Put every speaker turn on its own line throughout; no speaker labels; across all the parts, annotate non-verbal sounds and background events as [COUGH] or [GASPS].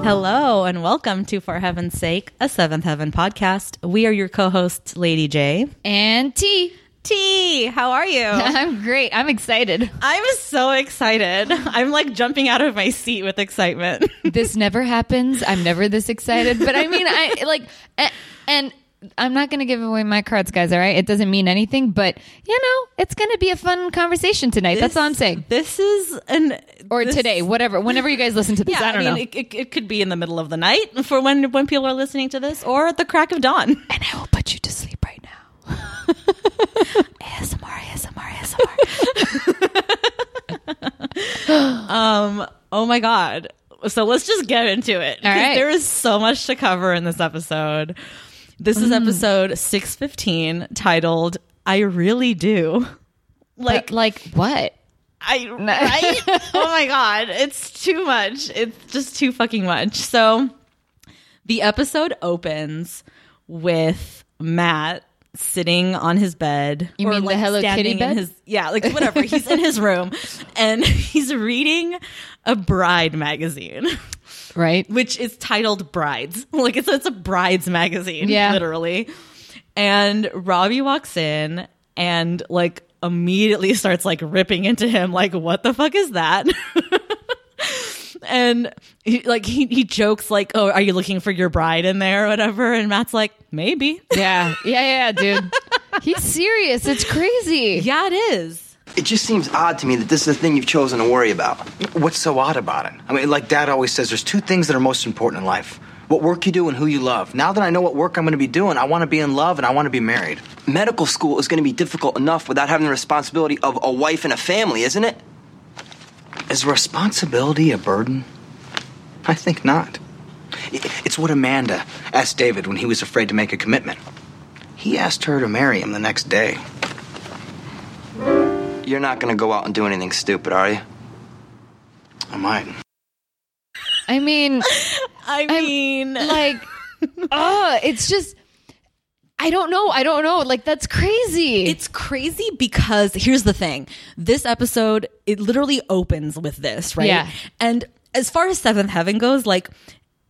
Hello and welcome to For Heaven's Sake, a Seventh Heaven podcast. We are your co-hosts, Lady J.
and T.
T, how are [LAUGHS] you?
[LAUGHS] I'm great. I'm excited.
I'm so excited. I'm like jumping out of my seat with excitement.
This never happens. I'm never this excited. But I
[LAUGHS]
mean, I like, and, and I'm not going to give away my cards, guys. All right, it doesn't mean anything, but you know, it's going to be a fun conversation tonight. [LAUGHS] That's all I'm saying.
This is an
Or
this-
today, whatever, whenever you guys listen to this,
Yeah,
I
I,
don't
mean,
know.
It, it, it could be in the middle of the night for when when people are listening to this, or at the crack of dawn.
and I will put you to sleep right now. ASMR, ASMR, ASMR.
Oh my god! So let's just get into it.
All right.
There is so much to cover in this episode. This is
Mm.
episode six fifteen, titled "I Really Do." Like
Like, like what?
I
[LAUGHS]
right? oh my god, it's too much. It's just too fucking much. So the episode opens with Matt sitting on his bed.
You mean the Hello Kitty
standing
bed?
In his, yeah, like whatever. he's in his room and [LAUGHS] he's reading a bride magazine, [LAUGHS]
Right?
which is titled Brides. [LAUGHS] Like it's it's a brides magazine,
Yeah.
literally. And Robbie walks in and like immediately [LAUGHS] starts like ripping into him like what the fuck is that? [LAUGHS] and he, like he he jokes like, "Oh, are you looking for your bride in there or whatever?" And Matt's like, "Maybe." [LAUGHS]
Yeah, yeah, yeah, dude. He's serious. It's crazy.
yeah, it is.
It just seems odd to me that this is the thing you've chosen to worry about.
What's so odd about it? I mean, like Dad always says, there's two things that are most important in life what work you do and who you love. Now that I know what work I'm going to be doing, I want to be in love and I want to be married.
Medical school is going to be difficult enough without having the responsibility of a wife and a family, isn't it?
Is responsibility a burden? I think not. I- It's what Amanda asked David when he was afraid to make a commitment. He asked her to marry him the next day.
You're not going to go out and do anything stupid, are you?
I might.
[LAUGHS]
I mean,
I mean,
like oh it's just i don't know i don't know like that's crazy
[LAUGHS] It's crazy because here's the thing. This episode, it literally opens with this, right?
Yeah.
And as far as Seventh Heaven goes, like,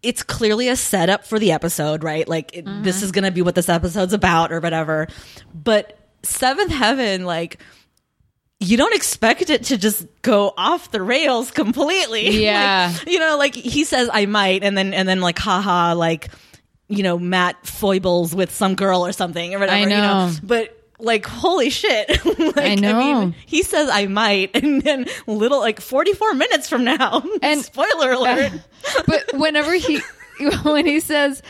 it's clearly a setup for the episode, right? Like, it,
Mm-hmm.
this is going to be what this episode's about or whatever. But Seventh Heaven, like, you don't expect it to just go off the rails completely. [LAUGHS] Like,
Yeah.
you know, like he says, I might, and then, and then, like, haha, like, you know, Matt foibles with some girl or something or whatever. you
know.
but like holy shit [LAUGHS] like,
I know.
he says i might [LAUGHS] and then little like 44 minutes from now [LAUGHS] and
And- [LAUGHS]
spoiler alert
but whenever he [LAUGHS] when he says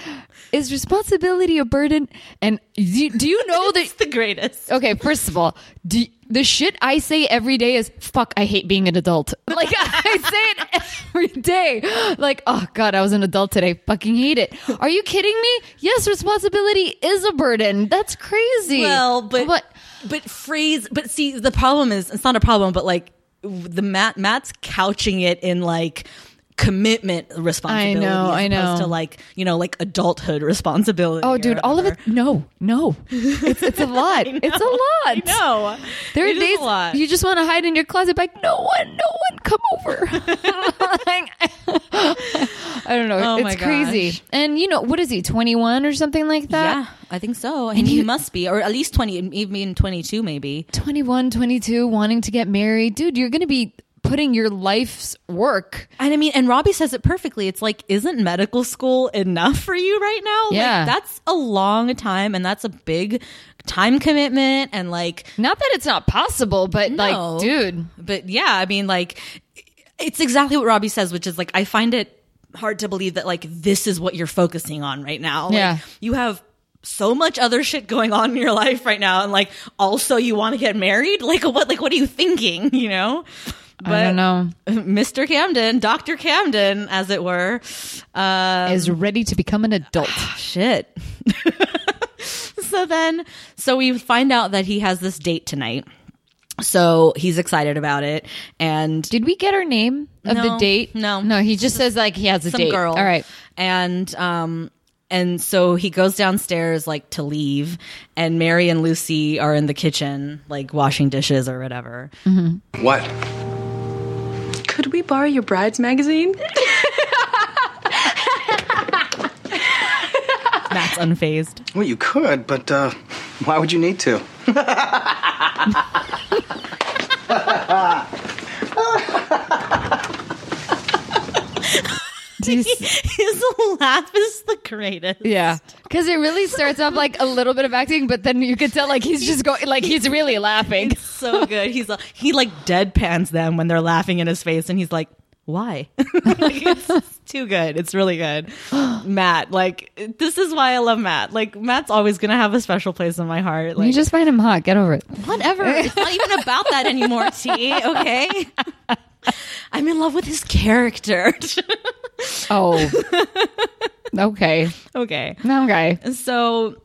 is responsibility a burden and do, do you know that
it's the greatest
okay first of all do, the shit i say every day is fuck i hate being an adult [LAUGHS] like i say it every day like oh god i was an adult today fucking hate it are you kidding me yes responsibility is a burden that's crazy
well but
what
but phrase but see the problem is it's not a problem but like w- the matt matt's couching it in like commitment responsibility as
know, I
opposed
know.
to like you know like adulthood responsibility
Oh,
or
dude, all of it.
whatever.
No, no,
[LAUGHS]
it's, it's a lot. it's a lot.
I know.
There
It
are
is a
days
lot.
you just want to hide in your closet, be like no one, no one, come over. [LAUGHS] Like, [LAUGHS] I don't know.
Oh my
it's crazy.
gosh.
And you know what is he? Twenty one or something like that.
yeah i think so and he
you-
must be or at least 20 even 22 maybe
21, 22, wanting to get married, dude. You're going to be putting your life's work.
And I mean, and Robbie says it perfectly. It's like, isn't medical school enough for you right now?
Yeah.
Like, that's a long time and that's a big time commitment. And like,
Not that it's not possible, but
No.
like, dude,
but yeah, I mean, like, it's exactly what Robbie says, which is like, I find it hard to believe that like this is what you're focusing on right now. Like,
Yeah.
You have so much other shit going on in your life right now. And like, also you want to get married? Like, what, like, what are you thinking? [LAUGHS] You know? But
I don't know,
Mr. Camden, Dr. Camden, as it were. um,
is ready to become an adult.
shit. [LAUGHS] so then, so we find out that he has this date tonight. So he's excited about it. And
Did we get her name of
No,
the date?
no.
no. He just says like he has a
some
date.
girl. [LAUGHS]
All right.
And, um, and so he goes downstairs like to leave and Mary and Lucy are in the kitchen like washing dishes or whatever.
What?
Could we borrow your bride's magazine?
Matt's unfazed.
Well, you could, but uh, [LAUGHS] why would you need to?
Do you s-
[LAUGHS] His laugh is the greatest.
[LAUGHS] Yeah, because it really starts off like a little bit of acting, but then you could tell like he's just going like he's really laughing.
So good. He's like he like deadpans them when they're laughing in his face, and he's like, "Why?" [LAUGHS] Like, it's too good. It's really
[GASPS]
good. Matt, like this is why I love Matt. Like Matt's always gonna have a special place in my heart. Like
You just find him hot. Get over it.
whatever. [LAUGHS] It's not even about that anymore, T. Okay. I'm in love with his
[LAUGHS]
character.
[LAUGHS] Oh, okay,
okay.
okay.
So,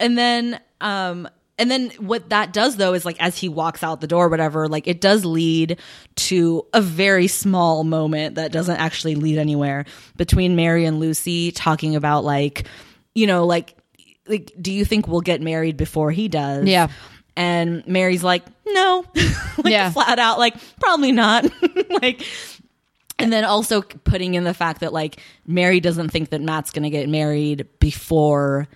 and then, um, and then what that does though is like as he walks out the door, or whatever, like it does lead to a very small moment that doesn't actually lead anywhere between Mary and Lucy talking about like, you know, like, like, do you think we'll get married before he does?
Yeah.
And Mary's like, no, [LAUGHS] like
Yeah.
flat out, like probably not, [LAUGHS] like. And then also putting in the fact that like Mary doesn't think that Matt's going to get married before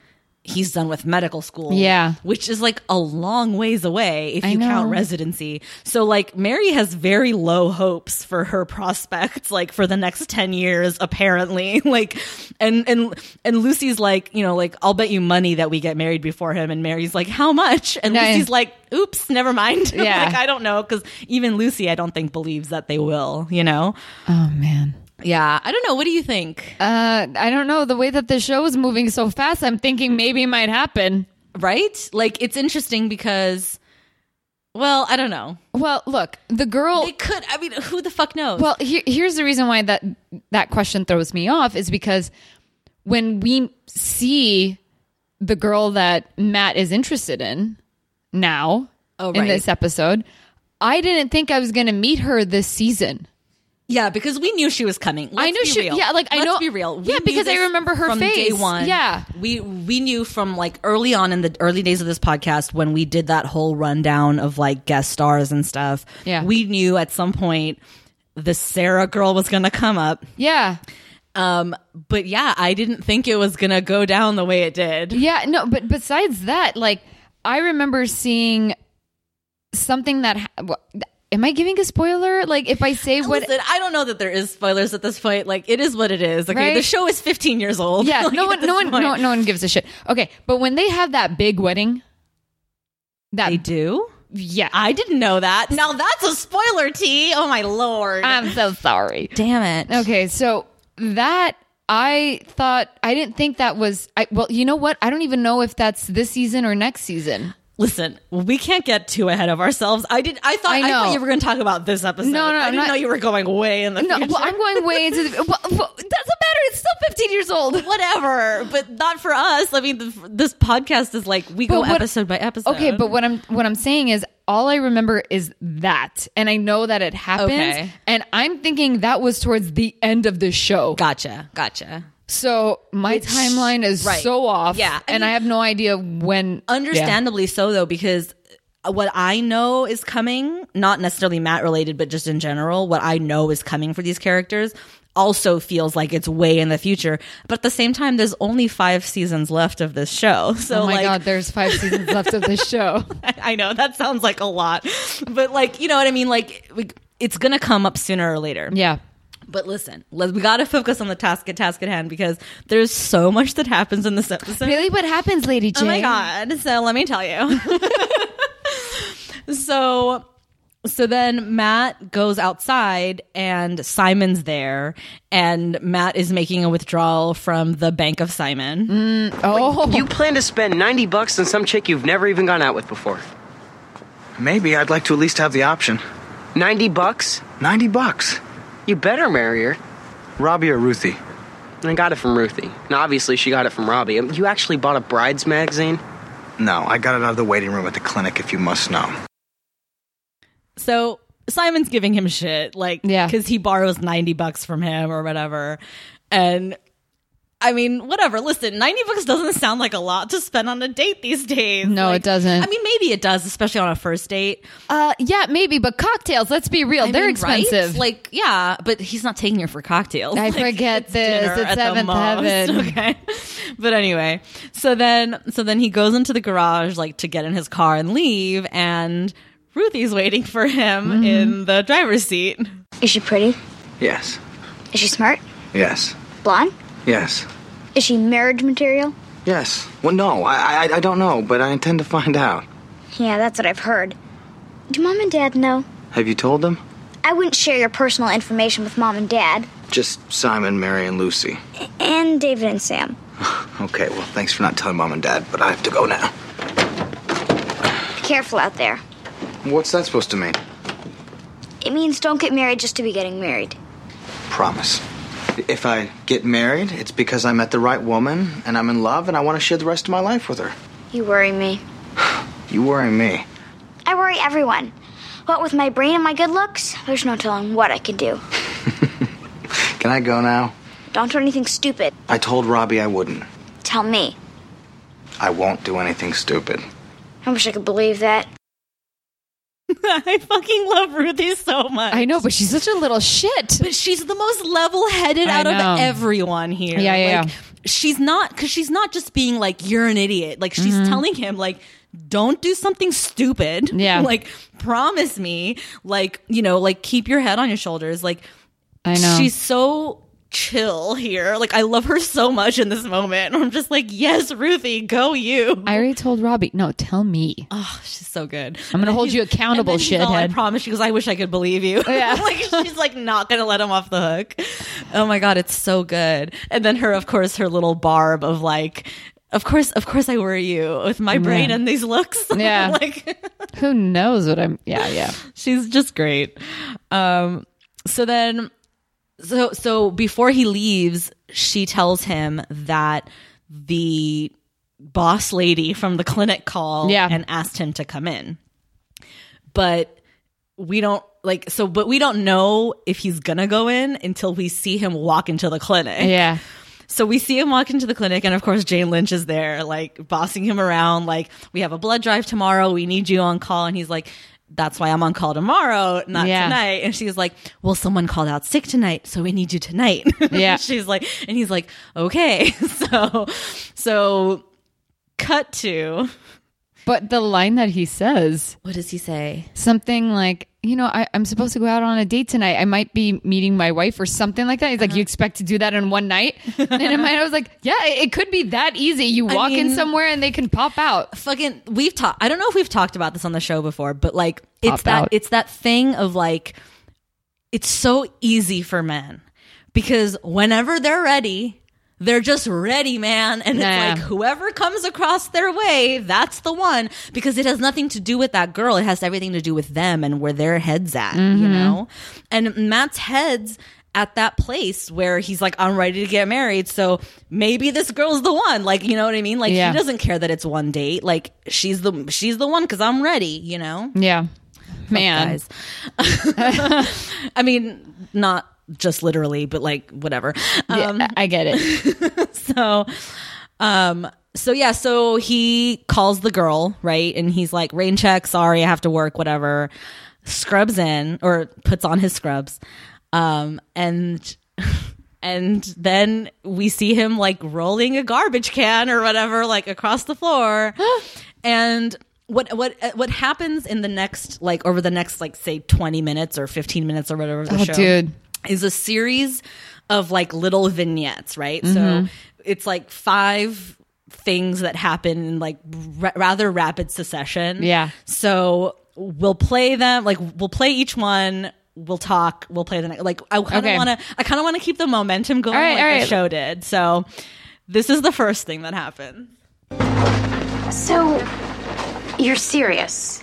he's done with medical school.
Yeah.
Which is like a long ways away if
I
you count
know.
residency. So like Mary has very low hopes for her prospects like for the next 10 years apparently. [LAUGHS] Like and and and Lucy's like, you know, like I'll bet you money that we get married before him and Mary's like, "How much?" And
No.
Lucy's like, "Oops, never mind." [LAUGHS]
Yeah.
like I don't know cuz even Lucy I don't think believes that they will, you know.
Oh man.
Yeah, I don't know. What do you think?
Uh, I don't know. The way that the show is moving so fast, I'm thinking maybe it might happen.
right? Like it's interesting because, well, I don't know.
Well, look, the girl.
They could. I mean, who the fuck knows?
Well, here, here's the reason why that that question throws me off is because when we see the girl that Matt is interested in now
Oh,
in
right.
this episode, I didn't think I was going to meet her this season.
yeah, because we knew she was coming. Let's
I know
be
she-
real.
yeah, like, I
Let's
know-
Be real.
yeah,
knew
because I
this
remember her
from Day
face.
one.
Yeah.
we we knew from like early on in the early days of this podcast when we did that whole rundown of like guest stars and stuff.
Yeah.
we knew at some point the Sarah girl was going to come up.
Yeah,
Um, but yeah, I didn't think it was going to go down the way it did.
yeah. No, but besides that, like I remember seeing something that. Ha- wha- am I giving a spoiler? Like if I say what?
Listen, I don't know that there is spoilers at this point. Like it is what it is. Okay,
Right?
the show is 15 years old. [LAUGHS]
Yeah,
Like,
no
at
one,
this
no one,
point.
no, no one gives a shit. Okay, but when they have that big wedding, that
They do.
yeah, [LAUGHS] I,
I didn't know that. Now that's a spoiler, T. Oh my lord.
am so sorry.
Damn it.
Okay, so that I thought I didn't think that was. I well, you know what? I don't even know if that's this season or next season.
Listen, we can't get too ahead of ourselves. I did. I thought. I,
I
thought
know.
you were going to talk about this episode.
No, no,
I
I'm
didn't
not-
know you were going way in the
No,
future.
well, I'm going way into the. Well, well, doesn't matter. It's still 15 years old.
Whatever, but not for us. I mean, th- this podcast is like we go
But what-
episode by episode.
Okay, but what I'm what I'm saying is all I remember is that, and I know that it happens,
Okay.
and I'm thinking that was towards the end of the show.
gotcha, gotcha.
So my timeline is
right.
so off.
Yeah, I
and
mean-
I have no idea when.
understandably so though because what i know is coming not necessarily matt related but just in general what i know is coming for these characters also feels like it's way in the future but at the same time there's only five seasons left of this show [LAUGHS] so
Yeah. Oh my
like
god, there's five seasons left of this show.
[LAUGHS] i know that sounds like a lot but like you know what i mean like we- it's gonna come up sooner or later
Yeah.
but listen let- we gotta focus on the task at task at hand because there's so much that happens in this episode
Really, what happens, Lady Jane?
Oh my god! So let me tell you. [LAUGHS] so, so then Matt goes outside, and Simon's there, and Matt is making a withdrawal from the bank of Simon.
Oh,
You plan to spend 90 bucks on some chick you've never even gone out with before.
Maybe I'd like to at least have the option.
90 bucks?
90 bucks.
You better marry her.
Robbie or Ruthie?
And I got it from Ruthie. And obviously she got it from Robbie. Um, You actually bought a bride's magazine?
No, I got it out of the waiting room at the clinic if you must know.
So Simon's giving him shit, like,
Yeah.
because he borrows ninety bucks from him or whatever, and. I mean, whatever. Listen, 90 bucks doesn't sound like a lot to spend on a date these days.
No,
Like,
it doesn't.
I mean, maybe it does, especially on a first date.
Uh, yeah, maybe, but cocktails. Let's be real,
I
they're
mean, right?
expensive.
Like, yeah, but he's not taking her for cocktails.
I
[LAUGHS] Like,
forget this.
dinner
It's
at the
seventh
most.
heaven.
[LAUGHS] Okay. But anyway, so then so then he goes into the garage like to get in his car and leave and Ruthie's waiting for him
Mm-hmm.
in the driver's seat. [LAUGHS]
Is she pretty?
Yes.
Is she smart?
Yes.
Blonde?
Yes.
Is she marriage material?
Yes. Well, no, I, I, I don't know, but I intend to find out.
Yeah, that's what I've heard. Do mom and dad know?
Have you told them?
I wouldn't share your personal information with mom and dad.
Just Simon, Mary, and Lucy.
And David and Sam.
Okay, well, thanks for not telling mom and dad, but I have to go now.
Be careful out there.
What's that supposed to mean?
It means don't get married just to be getting married.
Promise. If I get married, it's because I met the right woman and I'm in love and I want to share the rest of my life with her.
You worry me.
You worry me.
I worry everyone. What with my brain and my good looks, there's no telling what I can do.
Can I go now?
Don't do anything stupid.
I told Robbie I wouldn't.
Tell me.
I won't do anything stupid.
I wish I could believe that.
I fucking love Ruthie so much.
I know, but she's such a little shit.
but she's the most level-headed
I
out
know.
of everyone here.
Yeah, yeah,
Like,
yeah.
She's not cuz she's not just being like you're an idiot. Like she's
Mm-hmm.
telling him like don't do something stupid. [LAUGHS]
Yeah.
like promise me like, you know, like keep your head on your shoulders. Like
I know.
she's so chill here. Like I love her so much in this moment. [LAUGHS] I'm just like, "Yes, Ruthie, go you."
I already told Robbie. No, tell me.
Oh, she's so good.
I'm gonna
And
hold
he's-
you accountable,
and then he's all, I
shithead."
promise. She goes, I wish I could believe you.
Yeah.
[LAUGHS] like she's like not gonna let him off the hook. Oh my god, it's so good. And then her, of course, her little barb of like, of course, of course, I worry you with my brain and these looks. [LAUGHS]
Yeah.
like
Who knows what I'm? Yeah, yeah.
she's just great. Um, so then, so so before he leaves, she tells him that the boss lady from the clinic called
Yeah.
and asked him to come in, but we don't like so but we don't know if he's gonna go in until we see him walk into the clinic
Yeah.
so we see him walk into the clinic, and of course, Jane Lynch is there, like bossing him around. Like, we have a blood drive tomorrow. We need you on call. And he's like, that's why I'm on call tomorrow, not
Yeah.
tonight. And she's like, well, someone called out sick tonight, so we need you tonight. [LAUGHS]
Yeah.
she's like, and he's like, okay. [LAUGHS] So, so cut to
But the line that he says,
what does he say?
something like, you know, I, I'm supposed to go out on a date tonight. I might be meeting my wife or something like that. He's like,
Uh-huh.
you expect to do that in one night? and in my head, I was like, yeah, it, it could be that easy. You walk in
mean-
somewhere and they can pop out.
fucking we've talked I don't know if we've talked about this on the show before, but like it's
Pop
that
out.
it's that thing of like it's so easy for men because whenever they're ready, they're just ready, man. And
Yeah.
it's like whoever comes across their way, that's the one because it has nothing to do with that girl. It has everything to do with them and where their head's at, you know? And Matt's head's at that place where he's like, I'm ready to get married. So maybe this girl's the one. Like, you know what I mean? Like,
Yeah.
he doesn't care that it's one date. Like, she's the, she's the one because I'm ready, you know?
Yeah. Man.
guys. [LAUGHS] I mean, not just literally, but like, whatever.
Yeah,
Um,
I get
[LAUGHS]
it.
so um so yeah so he calls the girl right and he's like rain check sorry i have to work whatever scrubs in or puts on his scrubs um and [LAUGHS] and then we see him like rolling a garbage can or whatever like across the floor
[GASPS]
and what what what happens in the next like over the next like say 20 minutes or 15 minutes or whatever of the
Oh,
show
dude.
is a series of like little vignettes, right?
Mm-hmm.
So it's like five things that happen in like ra- rather rapid succession.
Yeah.
So we'll play them, like we'll play each one. We'll talk. We'll play the next. Like I kind of
Okay.
want to. I kind of want to keep the momentum going,
All right,
like
all
the
right.
show did. So this is the first thing that happened.
So, you're serious.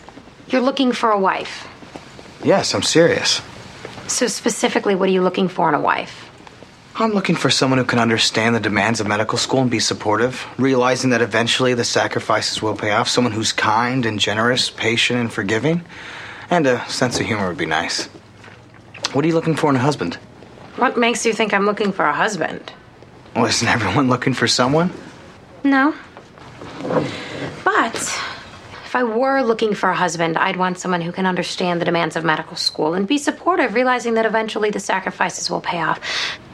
You're looking for a wife.
Yes, I'm serious.
So, specifically, what are you looking for in a wife?
I'm looking for someone who can understand the demands of medical school and be supportive, realizing that eventually the sacrifices will pay off. Someone who's kind and generous, patient and forgiving, and a sense of humor would be nice. What are you looking for in a husband?
What makes you think I'm looking for a husband?
Well, isn't [LAUGHS] everyone looking for someone?
No. But if I were looking for a husband, I'd want someone who can understand the demands of medical school and be supportive, realizing that eventually the sacrifices will pay off.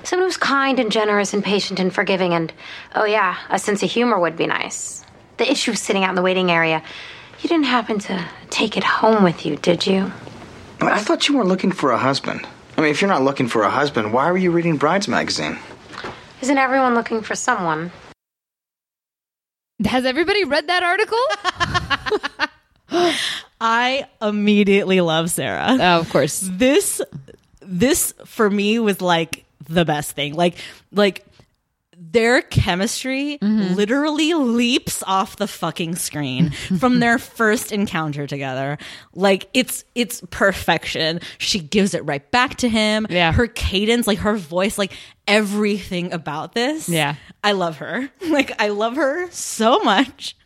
Someone who's kind and generous and patient and forgiving, and oh, yeah, a sense of humor would be nice. The issue of sitting out in the waiting area. You didn't happen to take it home with you, did you?
But I thought you weren't looking for a husband. I mean, if you're not looking for a husband, why were you reading Brides magazine?
Isn't everyone looking for someone?
Has everybody read that [LAUGHS] article?
I immediately love Sarah.
oh, of course.
this this for me was like the best thing like like their chemistry
Mm-hmm.
literally leaps off the fucking
[LAUGHS]
screen from their first encounter together like it's it's perfection she gives it right back to him
Yeah.
her cadence like her voice like everything about this
Yeah.
i love her [LAUGHS] like i love her so much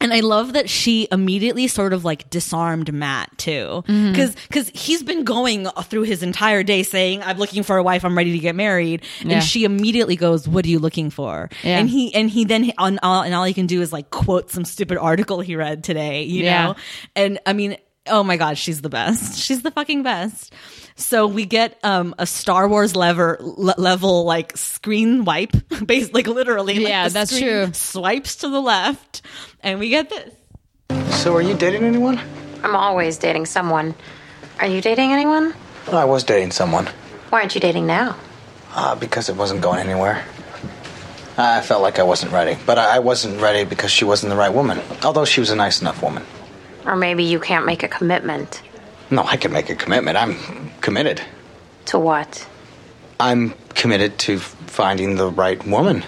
and I love that she immediately sort of like disarmed Matt too.
Mm-hmm.
Cause, cause he's been going through his entire day saying, I'm looking for a wife. I'm ready to get married.
Yeah.
And she immediately goes, what are you looking for?
Yeah.
And he, and he then, on all, and all he can do is like quote some stupid article he read today, you
Yeah.
know? And I mean, oh my God, she's the best. [LAUGHS] She's the fucking best. So we get um, a Star Wars lever le- level like screen wipe, [LAUGHS] based like literally. like,
Yeah,
the
that's
screen
true.
Swipes to the left, and we get this.
So, are you dating anyone?
I'm always dating someone. Are you dating anyone?
Well, I was dating someone.
Why aren't you dating now?
Uh, because it wasn't going anywhere. I felt like I wasn't ready, but I I wasn't ready because she wasn't the right woman. Although she was a nice enough woman.
Or maybe you can't make a commitment.
No, I can make a commitment. I'm committed.
To what?
I'm committed to finding the right woman.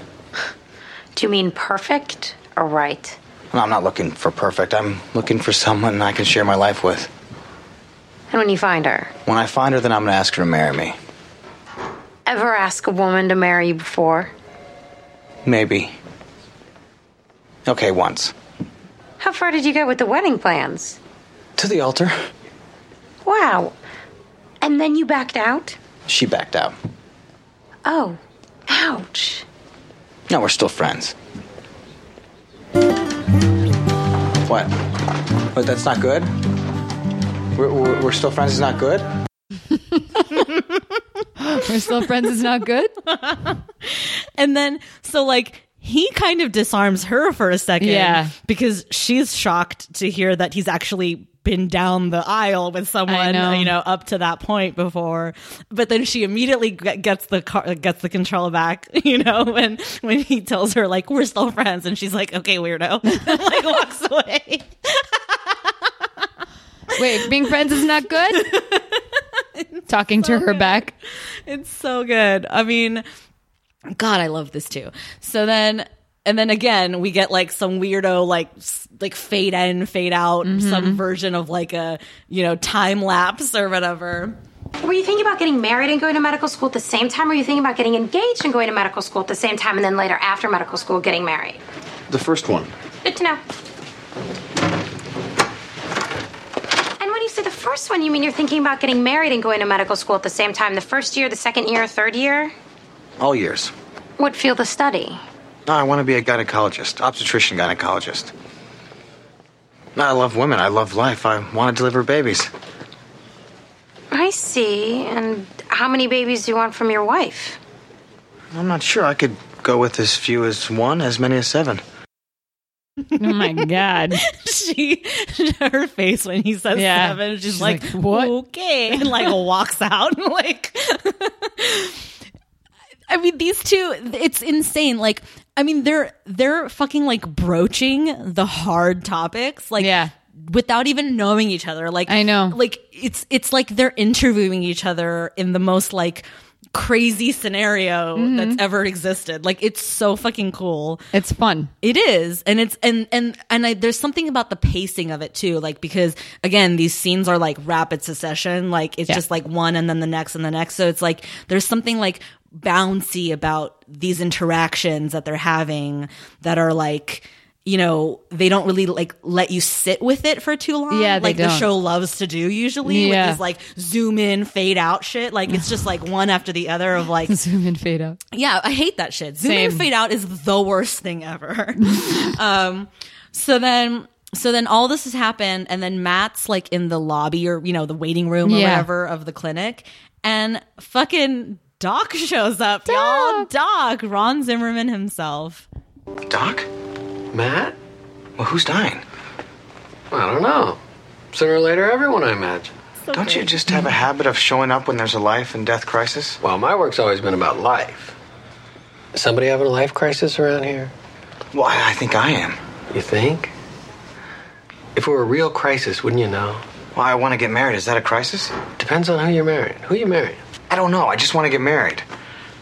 Do you mean perfect or right?
And I'm not looking for perfect. I'm looking for someone I can share my life with.
And when you find her,
When I find her, then I'm going to ask her to marry me.
ever ask a woman to marry you before?
Maybe. Okay, once.
How far did you get with the wedding plans?
To the altar.
Wow. And then you backed out?
She backed out.
Oh, ouch.
No, we're still friends. What? What, that's not good? We're, we're, we're still friends is not good?
We're still friends is not good.
And then, so like, he kind of disarms her for a second.
Yeah.
Because she's shocked to hear that he's actually been down the aisle with someone,
know.
you know, up to that point before. But then she immediately g- gets the car, gets the control back, [LAUGHS] you know, when, when he tells her, like, we're still friends. And she's like, okay, weirdo. [LAUGHS] and, like, walks away.
Wait, being friends is not good? Talking to her back.
It's so good. I mean, God, I love this too. So then, and then again, we get like some weirdo, like s- like fade in, fade out, some version of like a you know time lapse or whatever.
Were you thinking about getting married and going to medical school at the same time? Or were you thinking about getting engaged and going to medical school at the same time and then later after medical school getting married?
The first one.
Good to know. And when you say the first one, you mean you're thinking about getting married and going to medical school at the same time the first year, the second year, third year?
All years.
What field of study?
No, I want to be a gynecologist, obstetrician gynecologist. No, I love women. I love life. I want to deliver babies.
I see. And how many babies do you want from your wife?
I'm not sure. I could go with as few as one, as many as seven.
Oh my god.
[LAUGHS] She, her face when he says
Yeah.
seven, she's,
She's
like,
like, "What?" [LAUGHS]
Okay, and like walks out. [LAUGHS] Like, I mean, these two, it's insane. Like, I mean, they're they're fucking like broaching the hard topics. Like,
Yeah.
without even knowing each other. Like
I know.
Like it's it's like they're interviewing each other in the most like crazy scenario
Mm-hmm.
that's ever existed. Like it's so fucking cool.
It's fun.
It is, and it's and and and I, there's something about the pacing of it too, like because again, these scenes are like rapid succession, like it's
Yeah.
just like one and then the next and the next. So it's like there's something like bouncy about these interactions that they're having that are like you know, they don't really like let you sit with it for too long.
Yeah, they
like the
don't.
show loves to do usually
Yeah.
with this like zoom in, fade out shit. Like it's just like one after the other of like
Zoom in, fade out.
yeah, I hate that shit. Zoom in
Same.
fade out is the worst thing ever. [LAUGHS] um, so then, so then all this has happened, and then Matt's like in the lobby or you know the waiting room or
Yeah.
whatever of the clinic, and fucking Doc [LAUGHS] shows up, y'all. Doc, Ron Zimmerman himself. [LAUGHS]
Doc?
Matt?
Well, who's dying?
I don't know. Sooner or later, everyone I imagine.
Don't you just have a habit of showing up when there's a life and death crisis?
Well, my work's always been about life. Is somebody having a life crisis around here?
Well, I, I think I am.
You think? If it were a real crisis, wouldn't you know?
Well, I want to get married. Is that a crisis?
Depends on who you're marrying. Who you marrying?
I don't know. I just want to get married.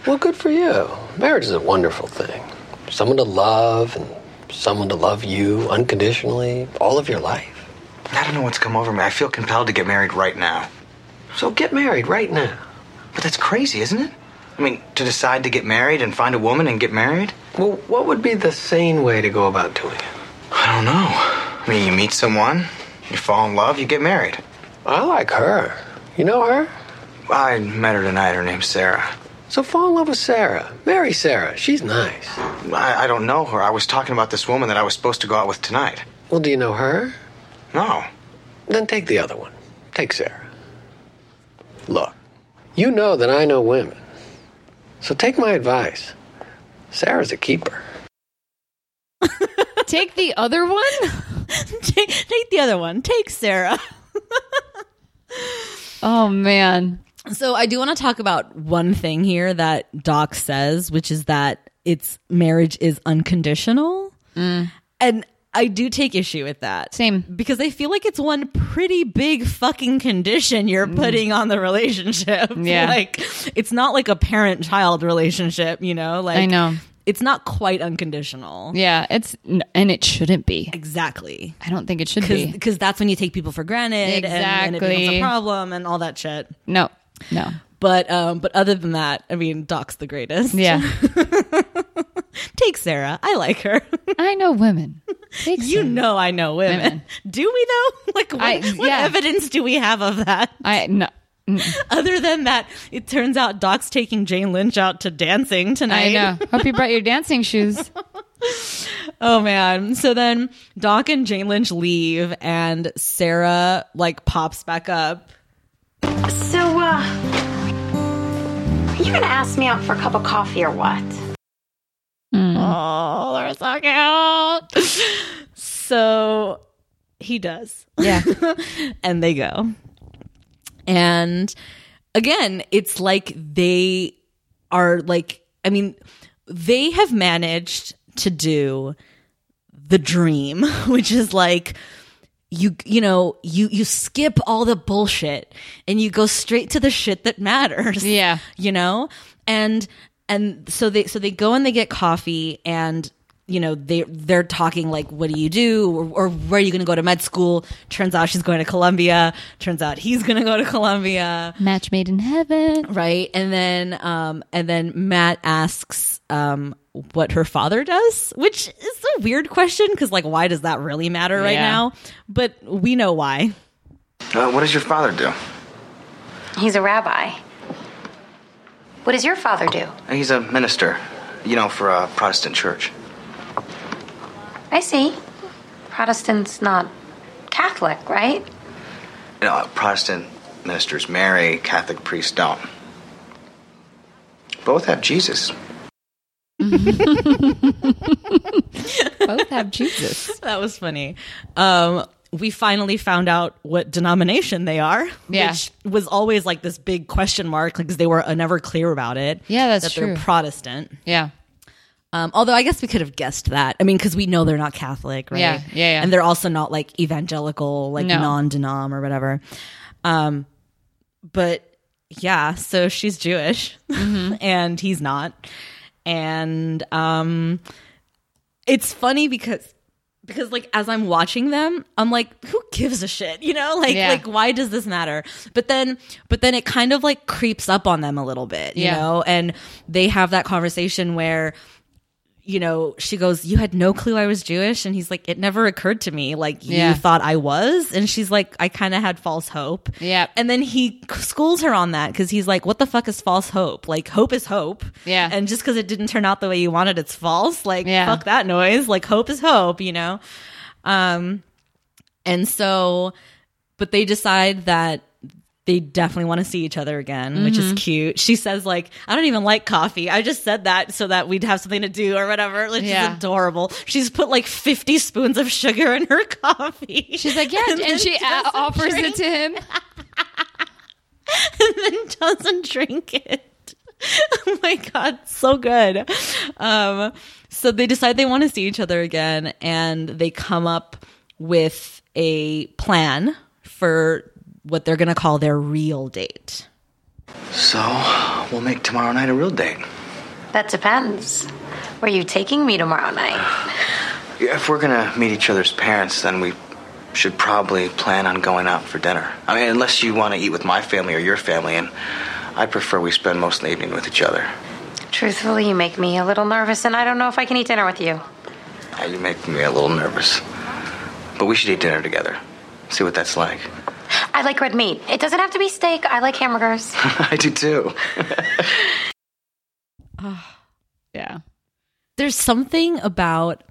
Well, good for you. Marriage is a wonderful thing. Someone to love and someone to love you unconditionally all of your life.
I don't know what's come over me. I feel compelled to get married right now.
So get married right now.
But that's crazy, isn't it? I mean, to decide to get married and find a woman and get married?
Well, what would be the sane way to go about doing it?
I don't know. I mean, you meet someone, you fall in love, you get married.
I like her. You know her?
I met her tonight. Her name's Sarah.
So fall in love with Sarah. Marry Sarah. She's nice.
I, I don't know her. I was talking about this woman that I was supposed to go out with tonight.
Well, do you know her?
No.
Then take the other one. Take Sarah. Look, you know that I know women. So take my advice. Sarah's a keeper.
Take the other one.
take, take the other one. Take Sarah.
Oh man.
So I do want to talk about one thing here that Doc says, which is that it's marriage is unconditional. And I do take issue with that.
Mm. Same.
Because I feel like it's one pretty big fucking condition you're putting on the relationship.
Mm.
[LAUGHS]
Yeah.
Like it's not like a parent child relationship, you know? Like
I know.
It's not quite unconditional.
Yeah, it's n- and it shouldn't be.
Exactly.
I don't think it should be.
Because that's when you take people for granted and, and it becomes a
Exactly.
problem and all that shit.
No. No.
But um, but other than that, I mean, Doc's the greatest.
[LAUGHS] Yeah.
[LAUGHS] Take Sarah. I like her. [LAUGHS]
I know women. Take
you
some.
know, I know women.
Women.
[LAUGHS] Do we though? [LAUGHS] Like, what,
I-
what
yeah.
evidence do we have of that? [LAUGHS]
I no.
Other than that, it turns out Doc's taking Jane Lynch out to dancing tonight.
I know. Hope you brought your dancing shoes.
Oh man. So then Doc and Jane Lynch leave, and Sarah like pops back up.
So, uh, you gonna ask me out for a cup of coffee or what?
Oh, they're so cute. so he does.
Yeah.
[LAUGHS] and they go. And again, it's like they are like, I mean, they have managed to do the dream, [LAUGHS] which is like, you you know you you skip all the bullshit and you go straight to the shit that matters
Yeah.
[LAUGHS] you know and and so they so they go and they get coffee and you know they they're talking like what do you do or, or where are you going to go to med school turns out she's going to columbia turns out he's going to go to columbia
Match made in heaven.
right and then um and then matt asks um what her father does which is a weird question because like why does that really matter right
Yeah.
now but we know why [LAUGHS]
Uh, what does your father do?
He's a rabbi. What does your father do?
He's a minister, you know, for a Protestant church.
I see. Protestant's not Catholic, right?
You know, Protestant ministers marry, Catholic priests don't. Both have Jesus.
Both have Jesus.
That was funny. Um, we finally found out what denomination they are,
Yeah.
which was always like this big question mark because they were uh, never clear about it.
Yeah, that's
that
true.
They're Protestant.
Yeah.
Um, although I guess we could have guessed that. I mean, because we know they're not Catholic, right?
Yeah, yeah, yeah.
And they're also not like evangelical, like
No.
non-denom or whatever. Um, but yeah, so she's Jewish,
Mm-hmm.
[LAUGHS] and he's not, and um, it's funny because because like as I'm watching them, I'm like, who gives a shit? You know, like
Yeah.
like why does this matter? But then but then it kind of like creeps up on them a little bit, you
Yeah.
know, and they have that conversation where you know, she goes, You had no clue I was Jewish. And he's like, It never occurred to me. Like, you
Yeah.
thought I was. And she's like, I kind of had false hope.
Yep.
And then he schools her on that because he's like, What the fuck is false hope? Like, hope is hope.
Yeah.
And just because it didn't turn out the way you wanted, it's false. Like,
Yeah.
fuck that noise. Like, hope is hope, you know? Um, and so, but they decide that they definitely want to see each other again, which
Mm-hmm.
is cute. She says, like, I don't even like coffee. I just said that so that we'd have something to do or whatever. Like,
Yeah.
she's adorable. She's put like 50 spoons of sugar in her [LAUGHS] coffee.
She's like, yeah, and,
then
she a-
doesn't
offers
drink,
it to him.
and then doesn't drink it. [LAUGHS] oh my god, so good. Um, so they decide they want to see each other again, and they come up with a plan for what they're going to call their real date.
So we'll make tomorrow night a real date.
That depends. Where you taking me tomorrow night?
If we're gonna meet each other's parents, then we should probably plan on going out for dinner. I mean, unless you want to eat with my family or your family, and I prefer we spend most of the evening with each other.
Truthfully, you make me a little nervous, and I don't know if I can eat dinner with you.
Uh, You make me a little nervous, but we should eat dinner together. See what that's like. [LAUGHS]
I like red meat. It doesn't have to be steak. I like hamburgers.
I do too.
Yeah.
There's something about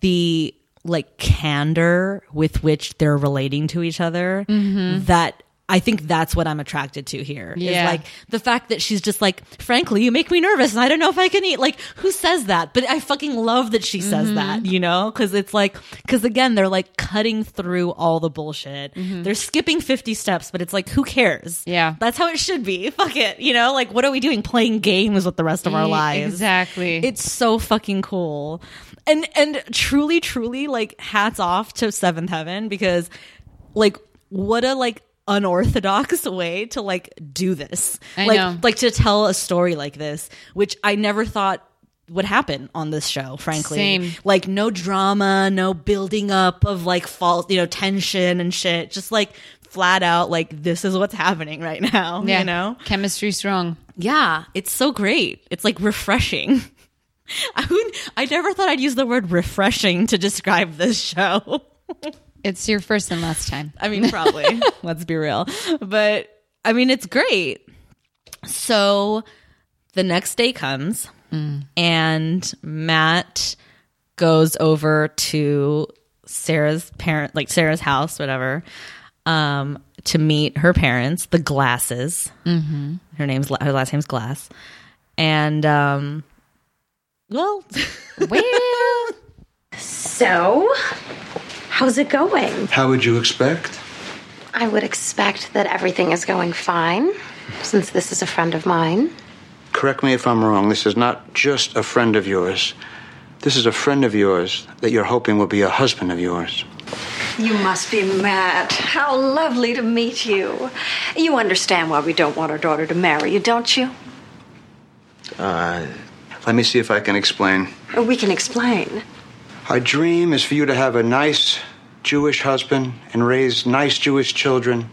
the like candor with which they're relating to each other that I think that's what I'm attracted to here. Is,
Mm-hmm. Yeah.
like the fact that she's just like, frankly, you make me nervous and I don't know if I can eat. Like, who says that? But I fucking love that she says
Mm-hmm.
that, you know? Cause it's like, cause again, they're like cutting through all the bullshit. They're skipping 50 steps, but it's like, who cares?
Mm-hmm. Yeah.
That's how it should be. Fuck it. You know, like, what are we doing? Playing games with the rest of our
E-
lives.
exactly.
It's so fucking cool. And, and truly, truly, like, hats off to Seventh Heaven because like what a like unorthodox [LAUGHS] way to like do this
I
like
know.
like to tell a story like this which i never thought would happen on this show frankly
Same.
like no drama no building up of like false you know tension and shit just like flat out like this is what's happening right [LAUGHS] now
Yeah.
you know
Chemistry strong.
yeah it's so great it's like refreshing [LAUGHS] I, wouldn't- I never thought i'd use the word refreshing to describe this show [LAUGHS]
It's your first and last time.
I mean, probably. [LAUGHS] let's be real. But I mean, it's great. So the next day comes, Mm. and Matt goes over to Sarah's parent, like Sarah's house, whatever, um, to meet her parents, the Glasses. Mm-hmm. Her name's her last name's Glass, and um, well, [LAUGHS]
Well,
So, how's it going?
How would you expect?
I would expect that everything is going fine, since this is a friend of mine.
Correct me if I'm wrong. This is not just a friend of yours. This is a friend of yours that you're hoping will be a husband of yours.
You must be mad. How lovely to meet you. You understand why we don't want our daughter to marry you, don't you?
Uh, let me see if I can explain.
We can explain.
Our dream is for you to have a nice Jewish husband and raise nice Jewish children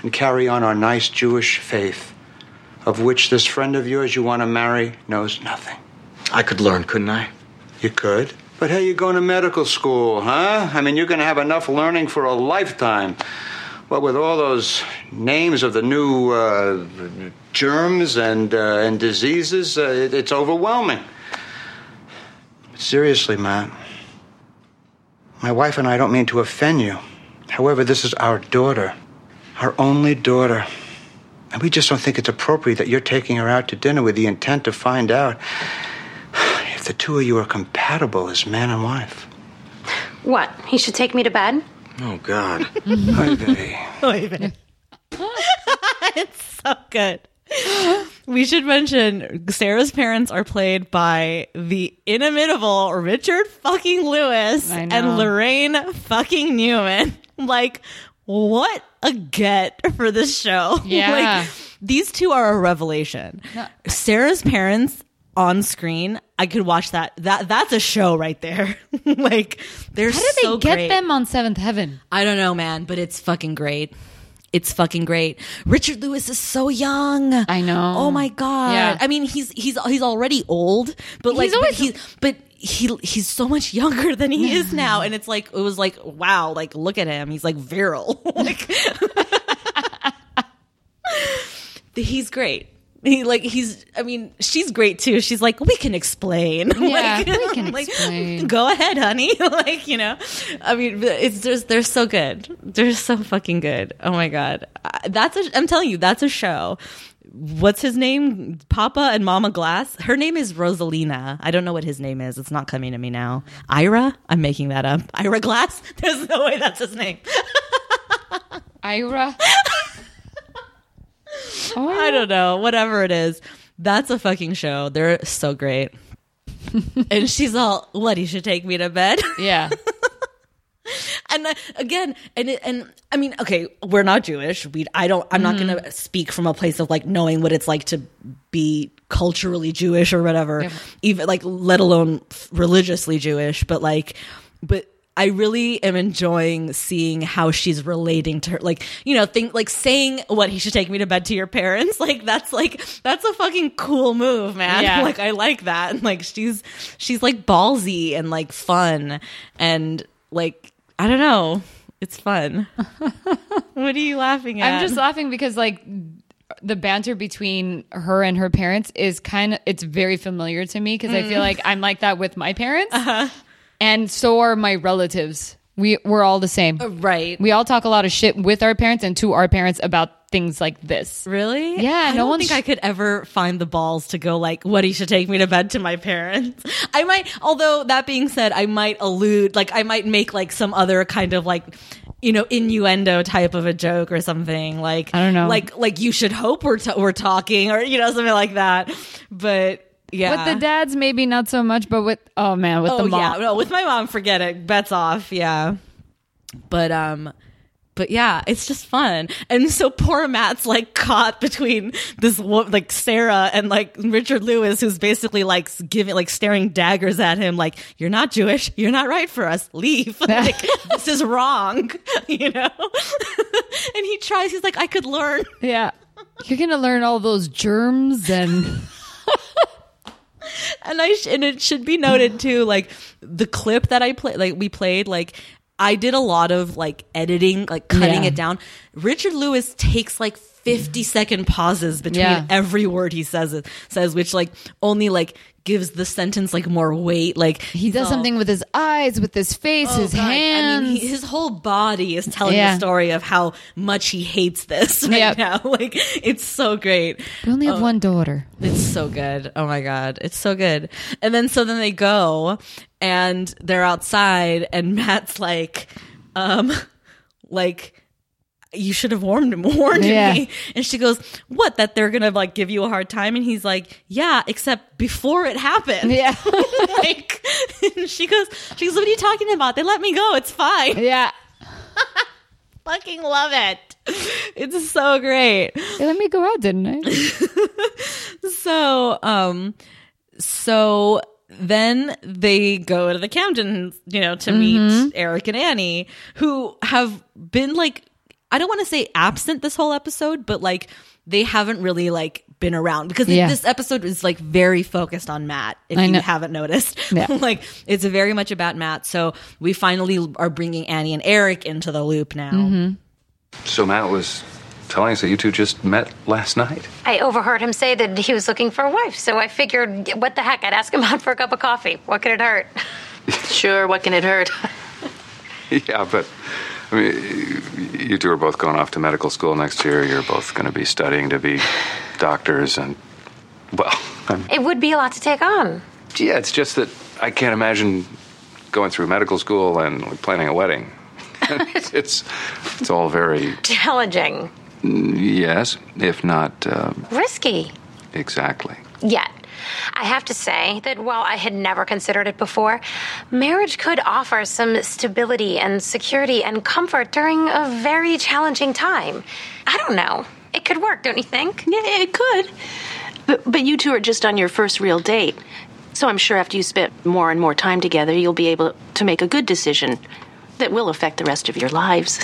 and carry on our nice Jewish faith, of which this friend of yours you want to marry knows nothing.
I could learn, couldn't I?
You could. But hey, you're going to medical school, huh? I mean, you're going to have enough learning for a lifetime. What with all those names of the new uh, germs and, uh, and diseases, uh, it, it's overwhelming. Seriously, Matt. My wife and I don't mean to offend you. However, this is our daughter, our only daughter. And we just don't think it's appropriate that you're taking her out to dinner with the intent to find out if the two of you are compatible as man and wife.
What? He should take me to bed?
Oh, God.
Oy vey.
[LAUGHS] so good. We should mention Sarah's parents are played by the inimitable Richard fucking Lewis
I know.
and Lorraine fucking Newman. [LAUGHS] Like, what a get for this show. [LAUGHS]
Yeah.
like, these two are a revelation. Sarah's parents on screen, I could watch that. That that's a show right there. [LAUGHS] like, they're
how did they
so
get
great.
them on Seventh Heaven?
I don't know, man, but it's fucking great. It's fucking great. Richard Lewis is so young. I know. Oh my god.
Yeah.
I mean, he's he's he's already old, but
He's
like,
always-
but, he's, but he he's so much younger than he is now, and it's like it was like wow, like look at him. He's like virile. [LAUGHS] like he's great. He like he's. I mean, she's great too. She's like we can explain. [LAUGHS]
Yeah,
like,
we can
like,
explain.
Go ahead, honey. [LAUGHS] like you know, I mean, it's just they're so good. They're so fucking good. Oh my god, Uh, that's a. I'm telling you, that's a show. What's his name? Papa and Mama Glass. Her name is Rosalina. I don't know what his name is. It's not coming to me now. Ira. I'm making that up. Ira Glass. [LAUGHS] There's no way that's his name.
Ira. Oh,
I don't know, whatever it is. That's a fucking show. They're so great. and she's all, "What? You should take me to bed." [LAUGHS]
Yeah.
and uh, again, and it, and I mean, okay, we're not Jewish. We I don't I'm not
Mhm.
going to speak from a place of like knowing what it's like to be culturally Jewish or whatever,
Yeah.
even like let alone religiously Jewish, but like but I really am enjoying seeing how she's relating to her. Like, you know, think like saying what he should take me to bed to your parents. [LAUGHS] Like that's like that's a fucking cool move, man. [LAUGHS]
Yeah.
Like I like that. [LAUGHS] And like she's she's like ballsy and like fun and like I don't know. It's
[LAUGHS]
fun. what are you laughing at?
I'm just uh, laughing because like the banter between her and her parents is kind of it's very familiar to me because I
Mm.
feel like I'm like that with my parents, and so are my relatives. We we're all the same,
right?
We all talk a lot of shit with our parents and to our parents about things like this.
Really?
Yeah.
I
no
don't
one's
think I could ever find the balls to go like, "What he should take me to bed to my parents." [LAUGHS] I might, although that being said, I might allude, like, I might make like some other kind of like, you know, innuendo type of a joke or something. Like, I don't
know.
like, like you should hope we're t- we're talking or you know something like that. But yeah,
With the dads, maybe not so much, but with oh man, with
oh
the mom,
yeah, no, with my mom, forget it. Bets off. Yeah, but um. But yeah, it's just fun, and so poor Matt's like caught between this wo- like Sarah and like Richard Lewis, who's basically like s- giving like staring daggers at him, like you're not Jewish, you're not right for us, leave. [LAUGHS]
[LAUGHS]
like this is wrong, [LAUGHS] you know. and he tries. He's like, I could learn.
yeah. You're gonna learn all those germs and
[LAUGHS] and I sh- and it should be
[LAUGHS]
noted too, like the clip that I played, like we played, like I did a lot of like editing, like cutting
Yeah.
it down. Richard Lewis takes like. 50 second pauses between
Yeah.
every word he says it says which like only like gives the sentence like more weight like
he does something with his eyes, with his face, his hands.
Oh. I mean, he, his whole body is telling
Yeah.
the story of how much he hates this [LAUGHS] right
Yep.
now. Like, it's so great.
we only
Oh.
have
[LAUGHS]
one daughter.
It's so good. Oh my god, it's so good. And then so then they go and they're outside and [LAUGHS] Matt's like um like you should have warned [LAUGHS] him, warned
Yeah.
me. And she goes, "What? That they're gonna like give you a hard time?" And he's like, "Yeah, except before it happened."
Yeah.
[LAUGHS] like, and she goes, "She goes, what are you talking about? They let me go. It's fine."
Yeah.
[LAUGHS] Fucking love it. It's so great.
They let me go out, didn't I?
so um so then they go to the Camden, you know, to
Mm-hmm.
meet Eric and Annie, who have been like I don't want to say absent this whole episode, but like they haven't really like been around because
Yeah.
this episode is like very focused on Matt. If
I
you
know.
haven't noticed, [LAUGHS]
Yeah.
like it's very much about Matt. So we finally are bringing Annie and Eric into the loop now.
[LAUGHS]
Mm-hmm.
So Matt was telling us that you two just met last night.
I overheard him say that he was looking for a wife, so I figured, what the heck? I'd ask him [LAUGHS] out for a cup of coffee. What could it hurt?
Sure, what can it hurt?
yeah, but I mean, you two are both going off to medical school next year. You're both going to be studying to be doctors, and well, I'm,
It would be a lot to take on.
yeah, it's just that I can't imagine going through medical school and like, planning a wedding. [LAUGHS] it's it's all very
Challenging.
yes, if not uh,
Risky.
exactly.
Yet. I have to say that while I had never considered it before, marriage could offer some stability and security and comfort during a very challenging time. I don't know. It could work, don't you think?
Yeah, it could. But, but you two are just on your first real date. So I'm sure after you spend more and more time together, you'll be able to make a good decision that will affect the rest of your lives.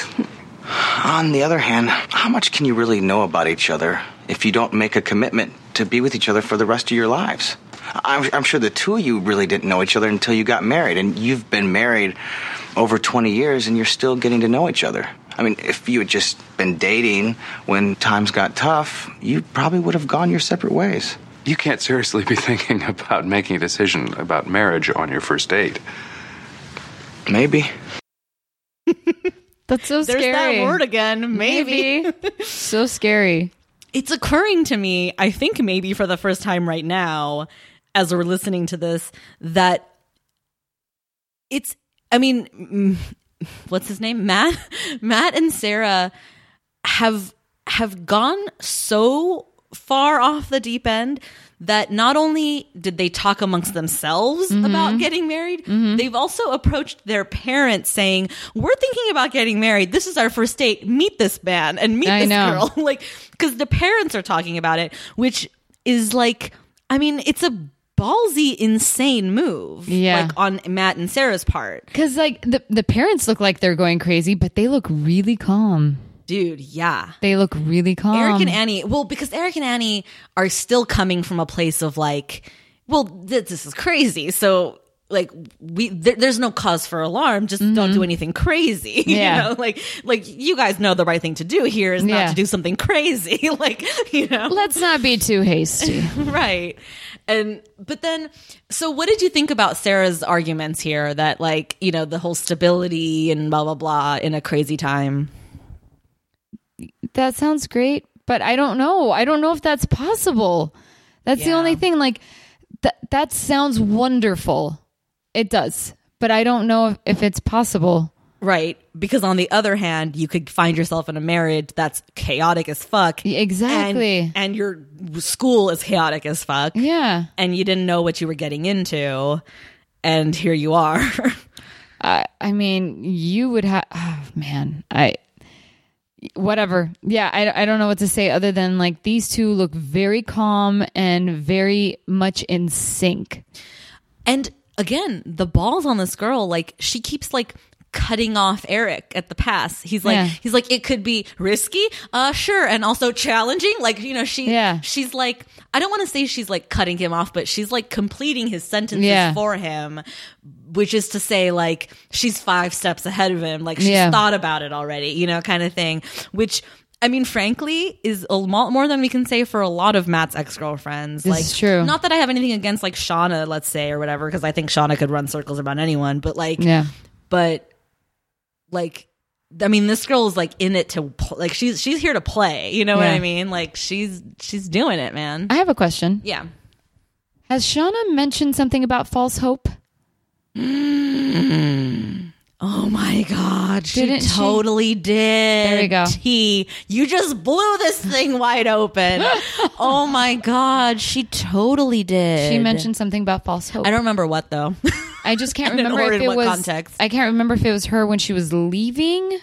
On the other hand, how much can you really know about each other if you don't make a commitment to be with each other for the rest of your lives? I'm, I'm sure the two of you really didn't know each other until you got married, and you've been married over 20 years and you're still getting to know each other. I mean, if you had just been dating when times got tough, you probably would have gone your separate ways.
You can't seriously be thinking about making a decision about marriage on your first date.
Maybe.
That's so
There's
scary.
that word again. Maybe.
so scary.
It's occurring to me, I think maybe for the first time right now, as we're listening to this, that it's, I mean, mm, what's his name? Matt? [LAUGHS] Matt and Sarah have have gone so far off the deep end that not only did they talk amongst themselves
Mm-hmm.
about getting married, they've also approached their parents saying, "We're thinking about getting married. This is our first date. Meet this man and meet
I
this
know.
girl." [LAUGHS] like cuz the parents are talking about it, which is like I mean, it's a ballsy insane move
Yeah.
like on Matt and Sarah's part.
Because like the the parents look like they're going crazy, but they look really calm.
Dude, yeah.
They look really calm.
Eric and Annie, well, because Eric and Annie are still coming from a place of like, well, th- this is crazy. So, like, we there there's no cause for alarm. Just don't do anything crazy.
Mm-hmm.
[LAUGHS]
Yeah.
You know, like, like you guys know the right thing to do here is
Yeah.
not to do something crazy. [LAUGHS] like, you know,
Let's not be too hasty.
[LAUGHS] right. And but then, so what did you think about Sarah's arguments here? That like, you know, the whole stability and blah blah blah in a crazy time.
that sounds great, but I don't know. I don't know if that's possible. That's the only thing. Like that that sounds wonderful. It does. But I don't know if, if it's possible.
Right. Because on the other hand, you could find yourself in a marriage that's chaotic as fuck.
Exactly.
And, and your school is chaotic as fuck.
Yeah.
And you didn't know what you were getting into. And here you are. [LAUGHS]
I I mean, you would have. Oh, man, I. Whatever. Yeah, I, I don't know what to say other than like these two look very calm and very much in sync.
and again, the balls on this girl, like she keeps like cutting off Eric at the pass. He's like
Yeah.
he's like it could be risky, uh sure, and also challenging. Like, you know, she
Yeah.
she's like I don't want to say she's like cutting him off, but she's like completing his sentences
Yeah.
for him, which is to say like she's five steps ahead of him. Like she's
Yeah.
thought about it already, you know, kind of thing, which I mean, frankly, is a lot more than we can say for a lot of Matt's ex girlfriends.
This
Like,
is true.
Not that I have anything against like Shauna, let's say, or whatever, because I think Shauna could run circles around anyone. But like,
Yeah.
But like, I mean, this girl is like in it to pl- like she's she's here to play. You know what
Yeah.
I mean? Like she's she's doing it, man.
I have a question.
yeah.
Has Shauna mentioned something about false hope?
Oh my God. She
Mm. Didn't she?
totally did.
There you go.
T. You just blew this thing wide
[LAUGHS]
open. oh my God. She totally did.
She mentioned something about false hope.
I don't remember what though. [LAUGHS]
I just can't
I don't know
remember
or
if
in
it
what
was.
context.
I can't remember if it was her when she was leaving.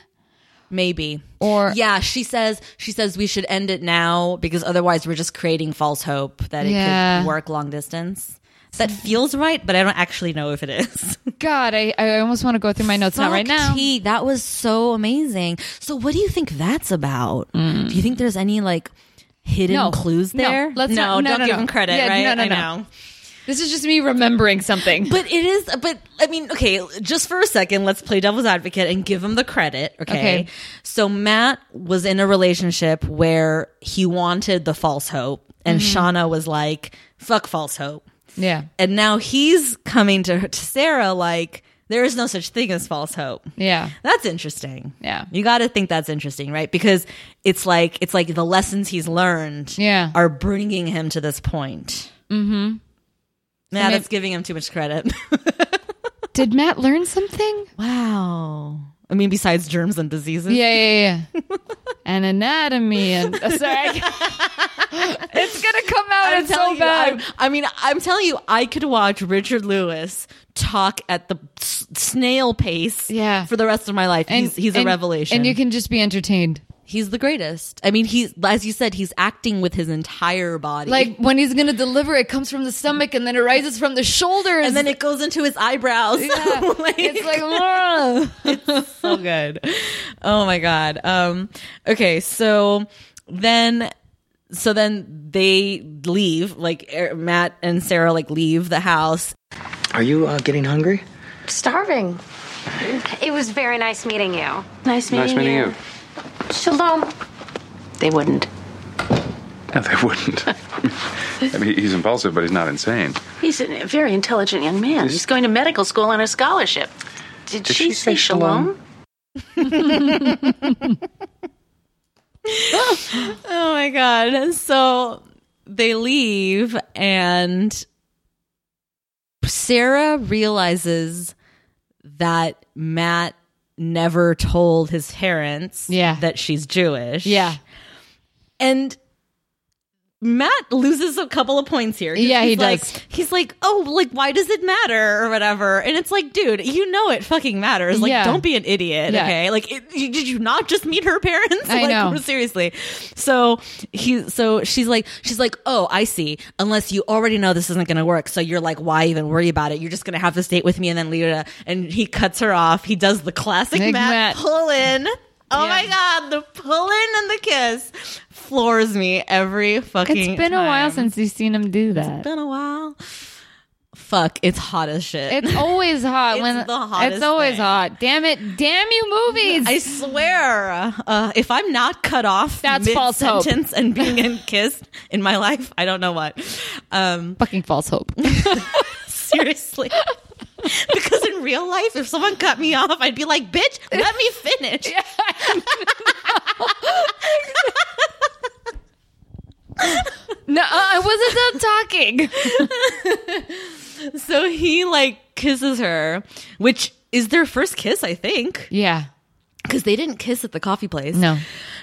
Maybe.
Or-
yeah, she says she says we should end it now because otherwise we're just creating false hope that it
Yeah.
could work long distance. That feels right, but I don't actually know if it is. [LAUGHS]
God, I, I almost want to go through my notes. Not right
Fuck
now.
T, that was so amazing. So, what do you think that's about? Do you think there's any like hidden
No.
clues
No.
there?
Let's not- no,
don't
no,
give
no.
him credit,
Yeah,
right?
no, no,
I
no.
know.
This is just me remembering something.
But it is, but I mean, okay, just for a second, let's play devil's advocate and give him the credit, okay?
Okay.
So Matt was in a relationship where he wanted the false hope, and
Mm-hmm.
Shauna was like, fuck false hope.
yeah,
And now he's coming to, to Sarah like, there is no such thing as false hope.
yeah,
That's interesting.
Yeah.
You got to think that's interesting, right? Because it's like it's like the lessons he's learned
Yeah.
are bringing him to this point.
mm-hmm.
Nah,
maybe-
that's giving him too much credit. [LAUGHS]
Did Matt learn something?
Wow. I mean, besides germs and diseases.
Yeah, yeah, yeah. and
[LAUGHS]
anatomy and uh, sorry, I- it's gonna come out.
I'm
it's so
telling you,
bad.
I'm- I mean, I'm telling you, I could watch Richard Lewis talk at the s- snail pace
Yeah.
for the rest of my life. he's, he's a revelation.
and you can just be entertained.
He's the greatest. I mean, he's as you said, he's acting with his entire body.
Like when he's gonna deliver, it comes from the stomach and then it rises from the shoulders, and
then it goes into his eyebrows.
Yeah,
[LAUGHS]
it's like "Ugh."
so good. Oh my god. Um okay, so then so then they leave like Er- Matt and Sarah like leave the house.
Are you uh, getting hungry?
Starving. It was very nice meeting you.
[LAUGHS] Nice
Nice meeting you.
Shalom.
They wouldn't.
No, they wouldn't. [LAUGHS] I mean, he's impulsive, but he's not insane.
He's a very intelligent young man. He's going to medical school on a scholarship. Did,
Did
she, say shalom?
oh my god. So they leave and Sarah realizes that Matt never told his parents
Yeah.
that she's Jewish.
Yeah.
And Matt loses a couple of points here.
Yeah, he
He's like-
does.
He's like, "Oh, like why does it matter or whatever?" And it's like, "Dude, you know it fucking matters. Like,
Yeah.
don't be an idiot,
Yeah.
okay? Like, it, you- did you not just meet her parents? [LAUGHS]
I
like,
know.
seriously. So he, so she's like, she's like, "Oh, I see. Unless you already know this isn't going to work, so you're like, why even worry about it? You're just going to have this date with me and then leave it." And he cuts her off. He does the classic
Big
Matt,
Matt.
pull in. Oh my god, the pull in and the kiss floors me every fucking.
It's been a while since you've seen him do that.
It's been a while. Fuck, it's hot as shit.
It's always hot
It's
when
the hottest
it's always
thing.
hot. Damn it! Damn you,
[LAUGHS]
movies.
I swear, uh, if I'm not cut off
That's false hope.
sentence and being in- [LAUGHS] kissed in my life, I don't know what. Um, [LAUGHS]
Fucking false hope.
seriously, [LAUGHS] because in real life, if someone cut me off, I'd be like, "Bitch, let
[LAUGHS]
me finish."
[LAUGHS] No, uh, I wasn't done talking.
so he like kisses her, which is their first kiss, I think.
[LAUGHS] Yeah.
because they didn't kiss at the coffee place.
No.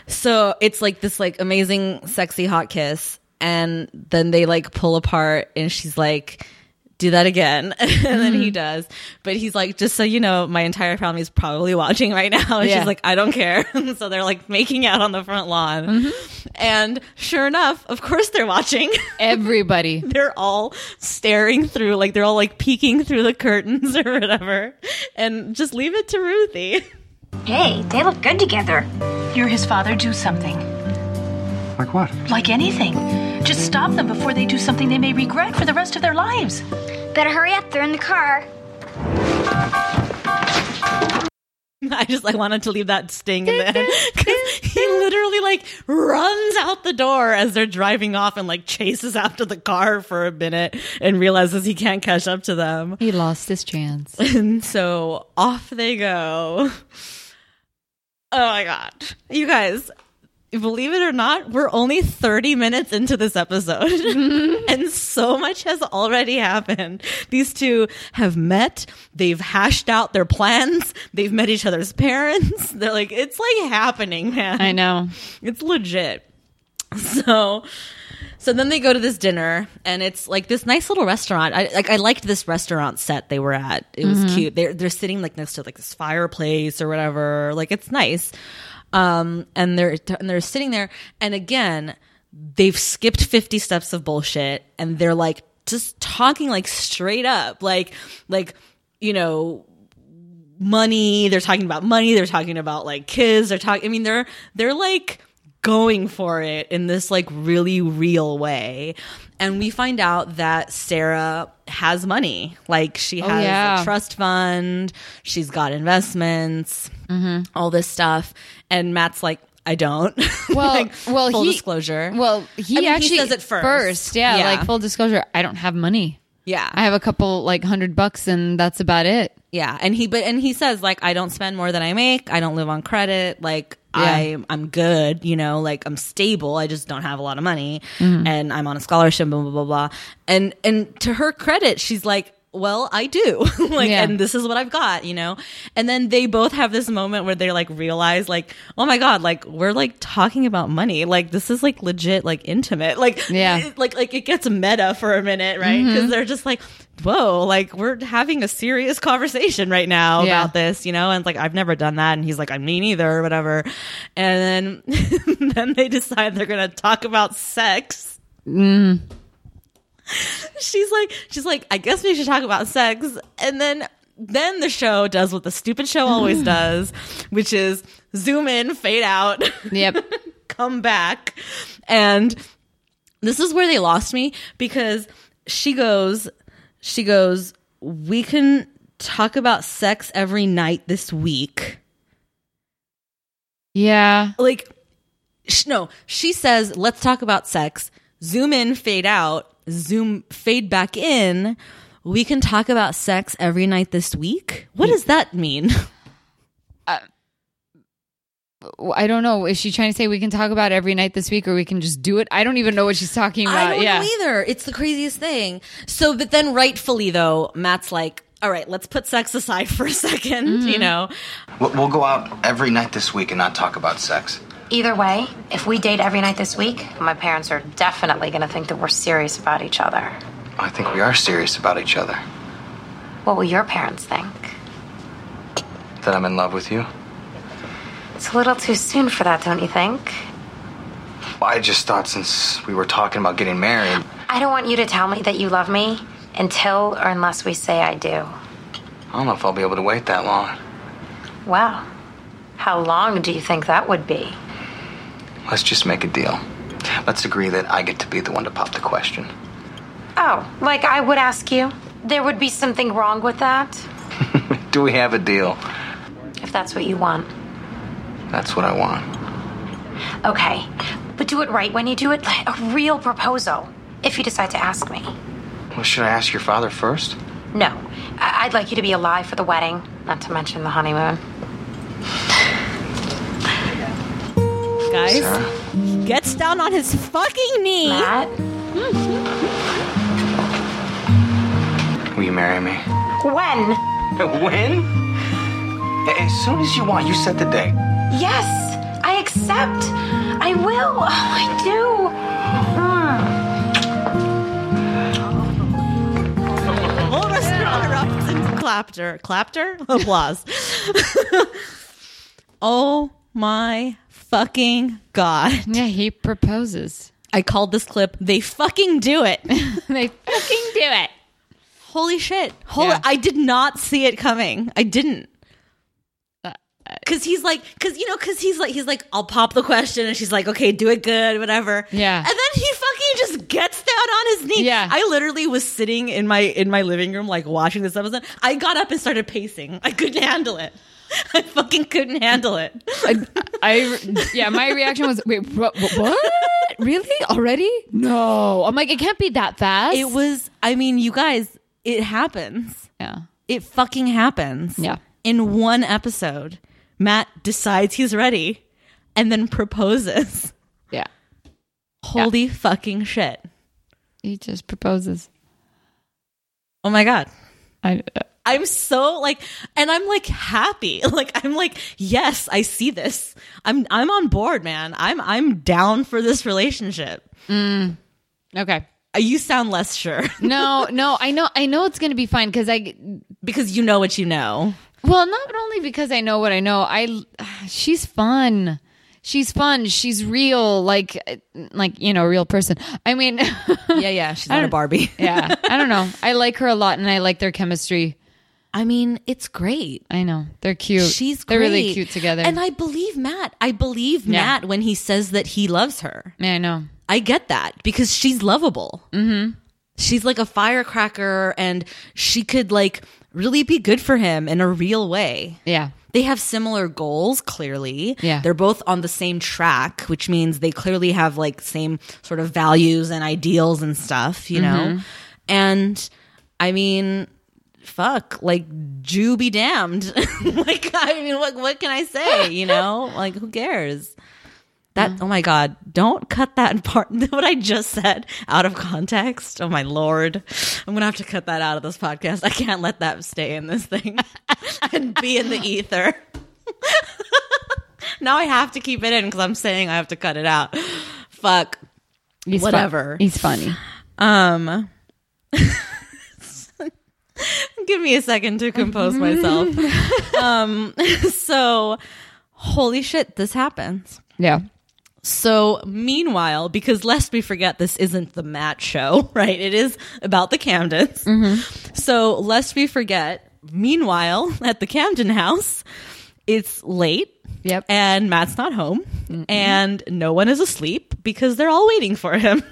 So it's like this like amazing, sexy, hot kiss, and then they like pull apart, and she's like, "Do that again," [LAUGHS] and then
Mm-hmm.
he does. But he's like, "Just so you know, my entire family is probably watching right now." [LAUGHS] And
Yeah.
she's like, "I don't care." [LAUGHS] so they're like making out on the front lawn,
Mm-hmm.
and sure enough, of course they're watching. [LAUGHS]
Everybody.
they're all staring through, like they're all like peeking through the curtains [LAUGHS] or whatever, and just leave it to Ruthie. [LAUGHS]
Hey, they look good together.
Hear his father do something.
Like what?
Like anything. Just stop them before they do something they may regret for the rest of their lives.
Better hurry up, they're in the car.
[LAUGHS] I just I wanted to leave that sting in there [LAUGHS] because he literally like runs out the door as they're driving off and like chases after the car for a minute and realizes he can't catch up to them.
He lost his chance.
And so off they go. [LAUGHS] Oh my god, you guys! Believe it or not, we're only thirty minutes into this episode, [LAUGHS] and so much has already happened. These two have met. They've hashed out their plans. They've met each other's parents. [LAUGHS] They're like, it's like happening, man. [LAUGHS]
I know.
It's legit. [LAUGHS] So, so then they go to this dinner, and it's like this nice little restaurant. I like I liked this restaurant set they were at. It was
Mhm.
cute. They're they're sitting like next to like this fireplace or whatever. Like it's nice. Um, and they're and they're sitting there, and again, they've skipped fifty steps of bullshit, and they're like just talking like straight up, like like you know money they're talking about money they're talking about like kids they're talking i mean they're they're like going for it in this like really real way and we find out that sarah has money like she
Oh,
has
yeah.
a trust fund she's got investments
Mm-hmm.
all this stuff and matt's like i don't [LAUGHS]
Well,
Like,
well,
full
he,
disclosure
Well, he
I mean,
actually
says it first
yeah, like full disclosure, I don't have money.
Yeah.
I have a couple like hundred bucks, and that's about it.
Yeah, and he but and he says like I don't spend more than I make. I don't live on credit. Like
Yeah.
I I'm good, you know, like I'm stable. I just don't have a lot of money
Mhm.
and I'm on a scholarship blah blah blah. blah. And and to her credit, she's like well, I do. [LAUGHS] like,
Yeah.
and this is what I've got, you know? And then they both have this moment where they like realize, like, oh my God, like, we're like talking about money. Like, this is like legit, like intimate. Like,
Yeah.
it- like, like it gets meta for a minute, right? Because
Mhm.
they're just like, whoa, like, we're having a serious [LAUGHS] conversation right now
Yeah.
about this, you know? And like, I've never done that. And he's like, I mean, either, or whatever. And then, [LAUGHS] then they decide they're going to talk about sex.
Mm.
she's like she's like i guess we should talk about sex and then then the show does what the stupid show always does which is zoom in fade out [LAUGHS]
yep
come back and this is where they lost me because she goes she goes we can talk about sex every night this week
[LAUGHS] yeah
like sh- no she says let's talk about sex zoom in fade out zoom fade back in we can talk about sex every night this week what does that mean [LAUGHS]
I don't know. Is she trying to say we can talk about it every night this week, or we can just do it? I don't even know what she's talking about.
I don't
yeah,
know either. It's the craziest thing. So, but then rightfully though, Matt's like, all right, let's put sex aside for a 2nd you know?
We'll, we'll go out every night this week and not talk about sex.
Either way, if we date every night this week, my parents are definitely going to think that we're serious about each other.
I think we are serious about each other.
What will your parents think?
That I'm in love with you.
It's a little too soon for that, don't you think?
I just thought since we were talking about getting married,
I don't want you to tell me that you love me until or unless we say I do.
I don't know if I'll be able to wait that long.
Well, how long do you think that would be?
Let's just make a deal. Let's agree that I get to be the one to pop the question.
Oh, like I would ask you? There would be something wrong with that?
Do we have a deal?
If that's what you want.
That's what I want.
Okay, but do it right when you do it, like a real proposal, if you decide to ask me.
Well, should I ask your father first?
No, I- I'd like you to be alive for the wedding, not to mention the honeymoon.
Guys, gets down on his fucking knee.
Will you marry me? [LAUGHS]
When?
when? As soon as you want, you set the date.
Yes, I accept. I will. Oh, I do. Mm.
Whole restaurant erupts and clapped her. Clapped her? [LAUGHS] Applause. oh my fucking God.
Yeah, he proposes. [LAUGHS]
I called this clip, they fucking do it.
they fucking do it.
Holy shit. Holy, I did not see it coming. I didn't. Uh, Cause he's like, cause you know, cause he's like, he's like, I'll pop the question, and she's like, okay, do it good, whatever.
Yeah.
and then he fucking just gets down on his knee.
Yeah.
I literally was sitting in my in my living room, like watching this episode. I got up and started pacing. I couldn't handle it. [LAUGHS] I fucking couldn't handle it.
I, I- yeah, my reaction was wait, what, what? Really? Already? No. I'm like, it can't be that fast.
It was. I mean, you guys, it happens.
Yeah.
It fucking happens.
Yeah.
In one episode, Matt decides he's ready and then proposes.
Yeah.
Holy fucking shit.
He just proposes.
Oh my god.
I
uh, I'm so like and I'm like happy. [LAUGHS] Like I'm like yes, I see this. I'm I'm on board, man. I'm I'm down for this relationship. Uh,
Mm. Okay.
You sound less sure. [LAUGHS]
no, no, I know, I know it's gonna be fine because I,
because you know what you know.
Well, not only because I know what I know, I she's fun. She's fun. She's real, like like you know, a real person. I mean, [LAUGHS] yeah,
[LAUGHS] yeah, she's
I
not a
don't-
Barbie.
yeah, I don't know. I like her a lot, and I like their chemistry.
I mean, it's great.
I know they're cute.
She's
they're really
great.
cute together.
And I believe Matt. I believe
Yeah.
Matt when he says that he loves her.
yeah, I know.
I get that because she's lovable.
Mm-hmm.
She's like a firecracker and she could like really be good for him in a real way.
Yeah.
They have similar goals, clearly.
Yeah.
They're both on the same track, which means they clearly have like same sort of values and ideals and stuff, you know?
Mhm.
And I mean, fuck, like, Jew be [LAUGHS] damned. like, I mean, what, what can I say, you know? Like, who cares? That oh my god, don't cut that [LAUGHS] part what I just said out of context. Oh my lord. I'm gonna have to cut that out of this podcast. I can't let that stay in this thing [LAUGHS] and be in the ether. [LAUGHS] now I have to keep it in because I'm saying I have to cut it out. Fuck.
He's fun-
Whatever.
he's funny.
Um give me a second to compose myself. um [LAUGHS] so holy shit, this happens.
Yeah.
So, meanwhile, because lest we forget, this isn't the Matt show, [LAUGHS] right? It is about the Camdens. So, lest we forget, meanwhile, [LAUGHS] at the Camden house, it's late.
Yep.
And Matt's not home. And no one is asleep because they're all waiting for him.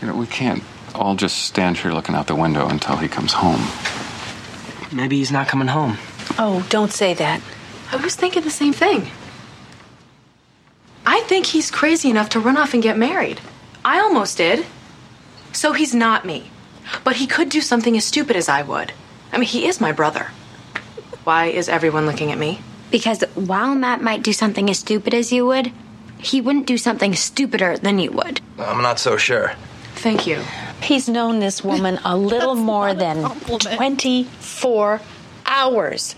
You know, we can't all just stand here looking out the window until he comes home.
Maybe he's not coming home.
Oh, don't say that.
I was thinking the same thing. I think he's crazy enough to run off and get married. I almost did. So he's not me. But he could do something as stupid as I would. I mean, he is my brother. Why is everyone looking at me?
Because while Matt might do something as stupid as you would, he wouldn't do something stupider than you would.
I'm not so sure.
Thank you.
He's known this woman
[LAUGHS]
a little more than 24 hours.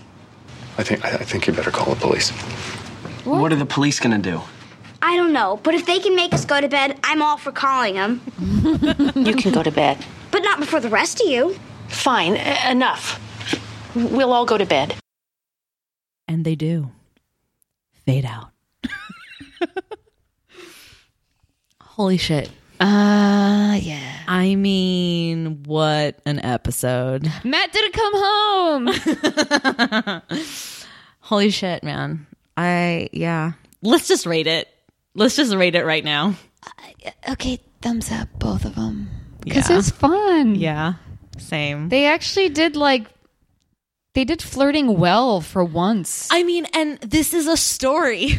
I think I I think you better call the police.
What, are the police gonna do?
I don't know, but if they can make us go to bed, I'm all for calling them.
You can go to bed.
But not before the rest of you.
Fine, e- enough. We'll all go to bed.
And they do. Fade out. [LAUGHS] Holy shit.
Uh yeah.
I mean, what an episode.
Matt didn't come
[LAUGHS]
home.
Holy shit, man. I, yeah. Let's just rate it. Let's just rate it right now.
okay, thumbs up, both of them. Because
Yeah.
it was fun.
Yeah. Same.
They actually did like, they did flirting well for once.
I mean, and this is a story.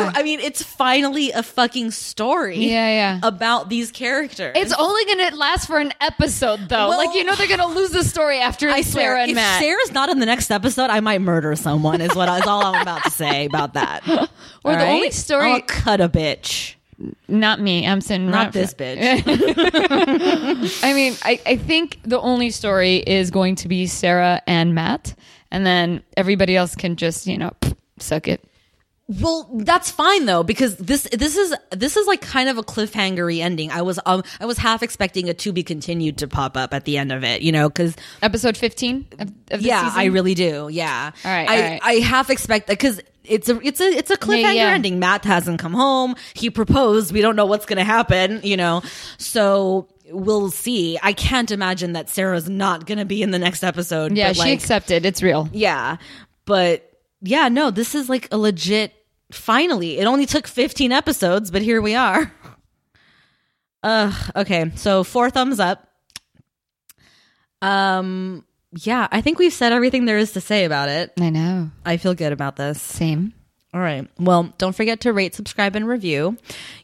[LAUGHS] We're- I mean, it's finally a fucking story.
Yeah, yeah.
About these characters.
It's only going to last for an episode, though.
Well-
like, you know, they're going to lose the story after
I swear,
Sarah and
if
Matt.
Sarah's not in the next episode, I might murder someone. Is what is all I'm about to say about
[LAUGHS]
that. Or
Or the only story-
I'll cut a bitch.
Not me. I'm saying
Not this
[LAUGHS]
bitch.
I mean, I, I think the only story is going to be Sarah and Matt, and then everybody else can just, you know, pff, suck it.
Well, that's fine though because this this is this is like kind of a cliffhangery ending. I was um I was half expecting a to be continued to pop up at the end of it, you know, because
Episode 15 of, of the
yeah,
season?
I really do. Yeah,
All right,
I
all right.
I half expect because it's a it's a it's a cliffhanger
yeah.
ending. Matt hasn't come home. He proposed. We don't know what's going to happen. You know, so we'll see. I can't imagine that Sarah's not going to be in the next episode.
Yeah,
but
she
like,
accepted. It's real.
yeah, but yeah, no, this is like a legit. Finally, it only took 15 episodes, but here we are. Ugh. Okay. So four thumbs up. Um. Yeah, I think we've said everything there is to say about it.
I know.
I feel good about this.
Same.
All right. Well, don't forget to rate, subscribe, and review.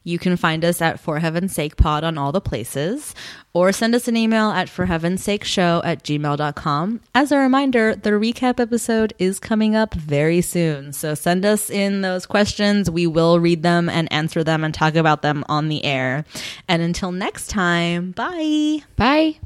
You can find us at For Heaven's Sake Pod on all the places, or send us an email at For Heaven's Sake Show at gmail.com. As a reminder, the recap episode is coming up very soon. So send us in those questions. We will read them and answer them and talk about them on the air. And until next time, bye.
Bye.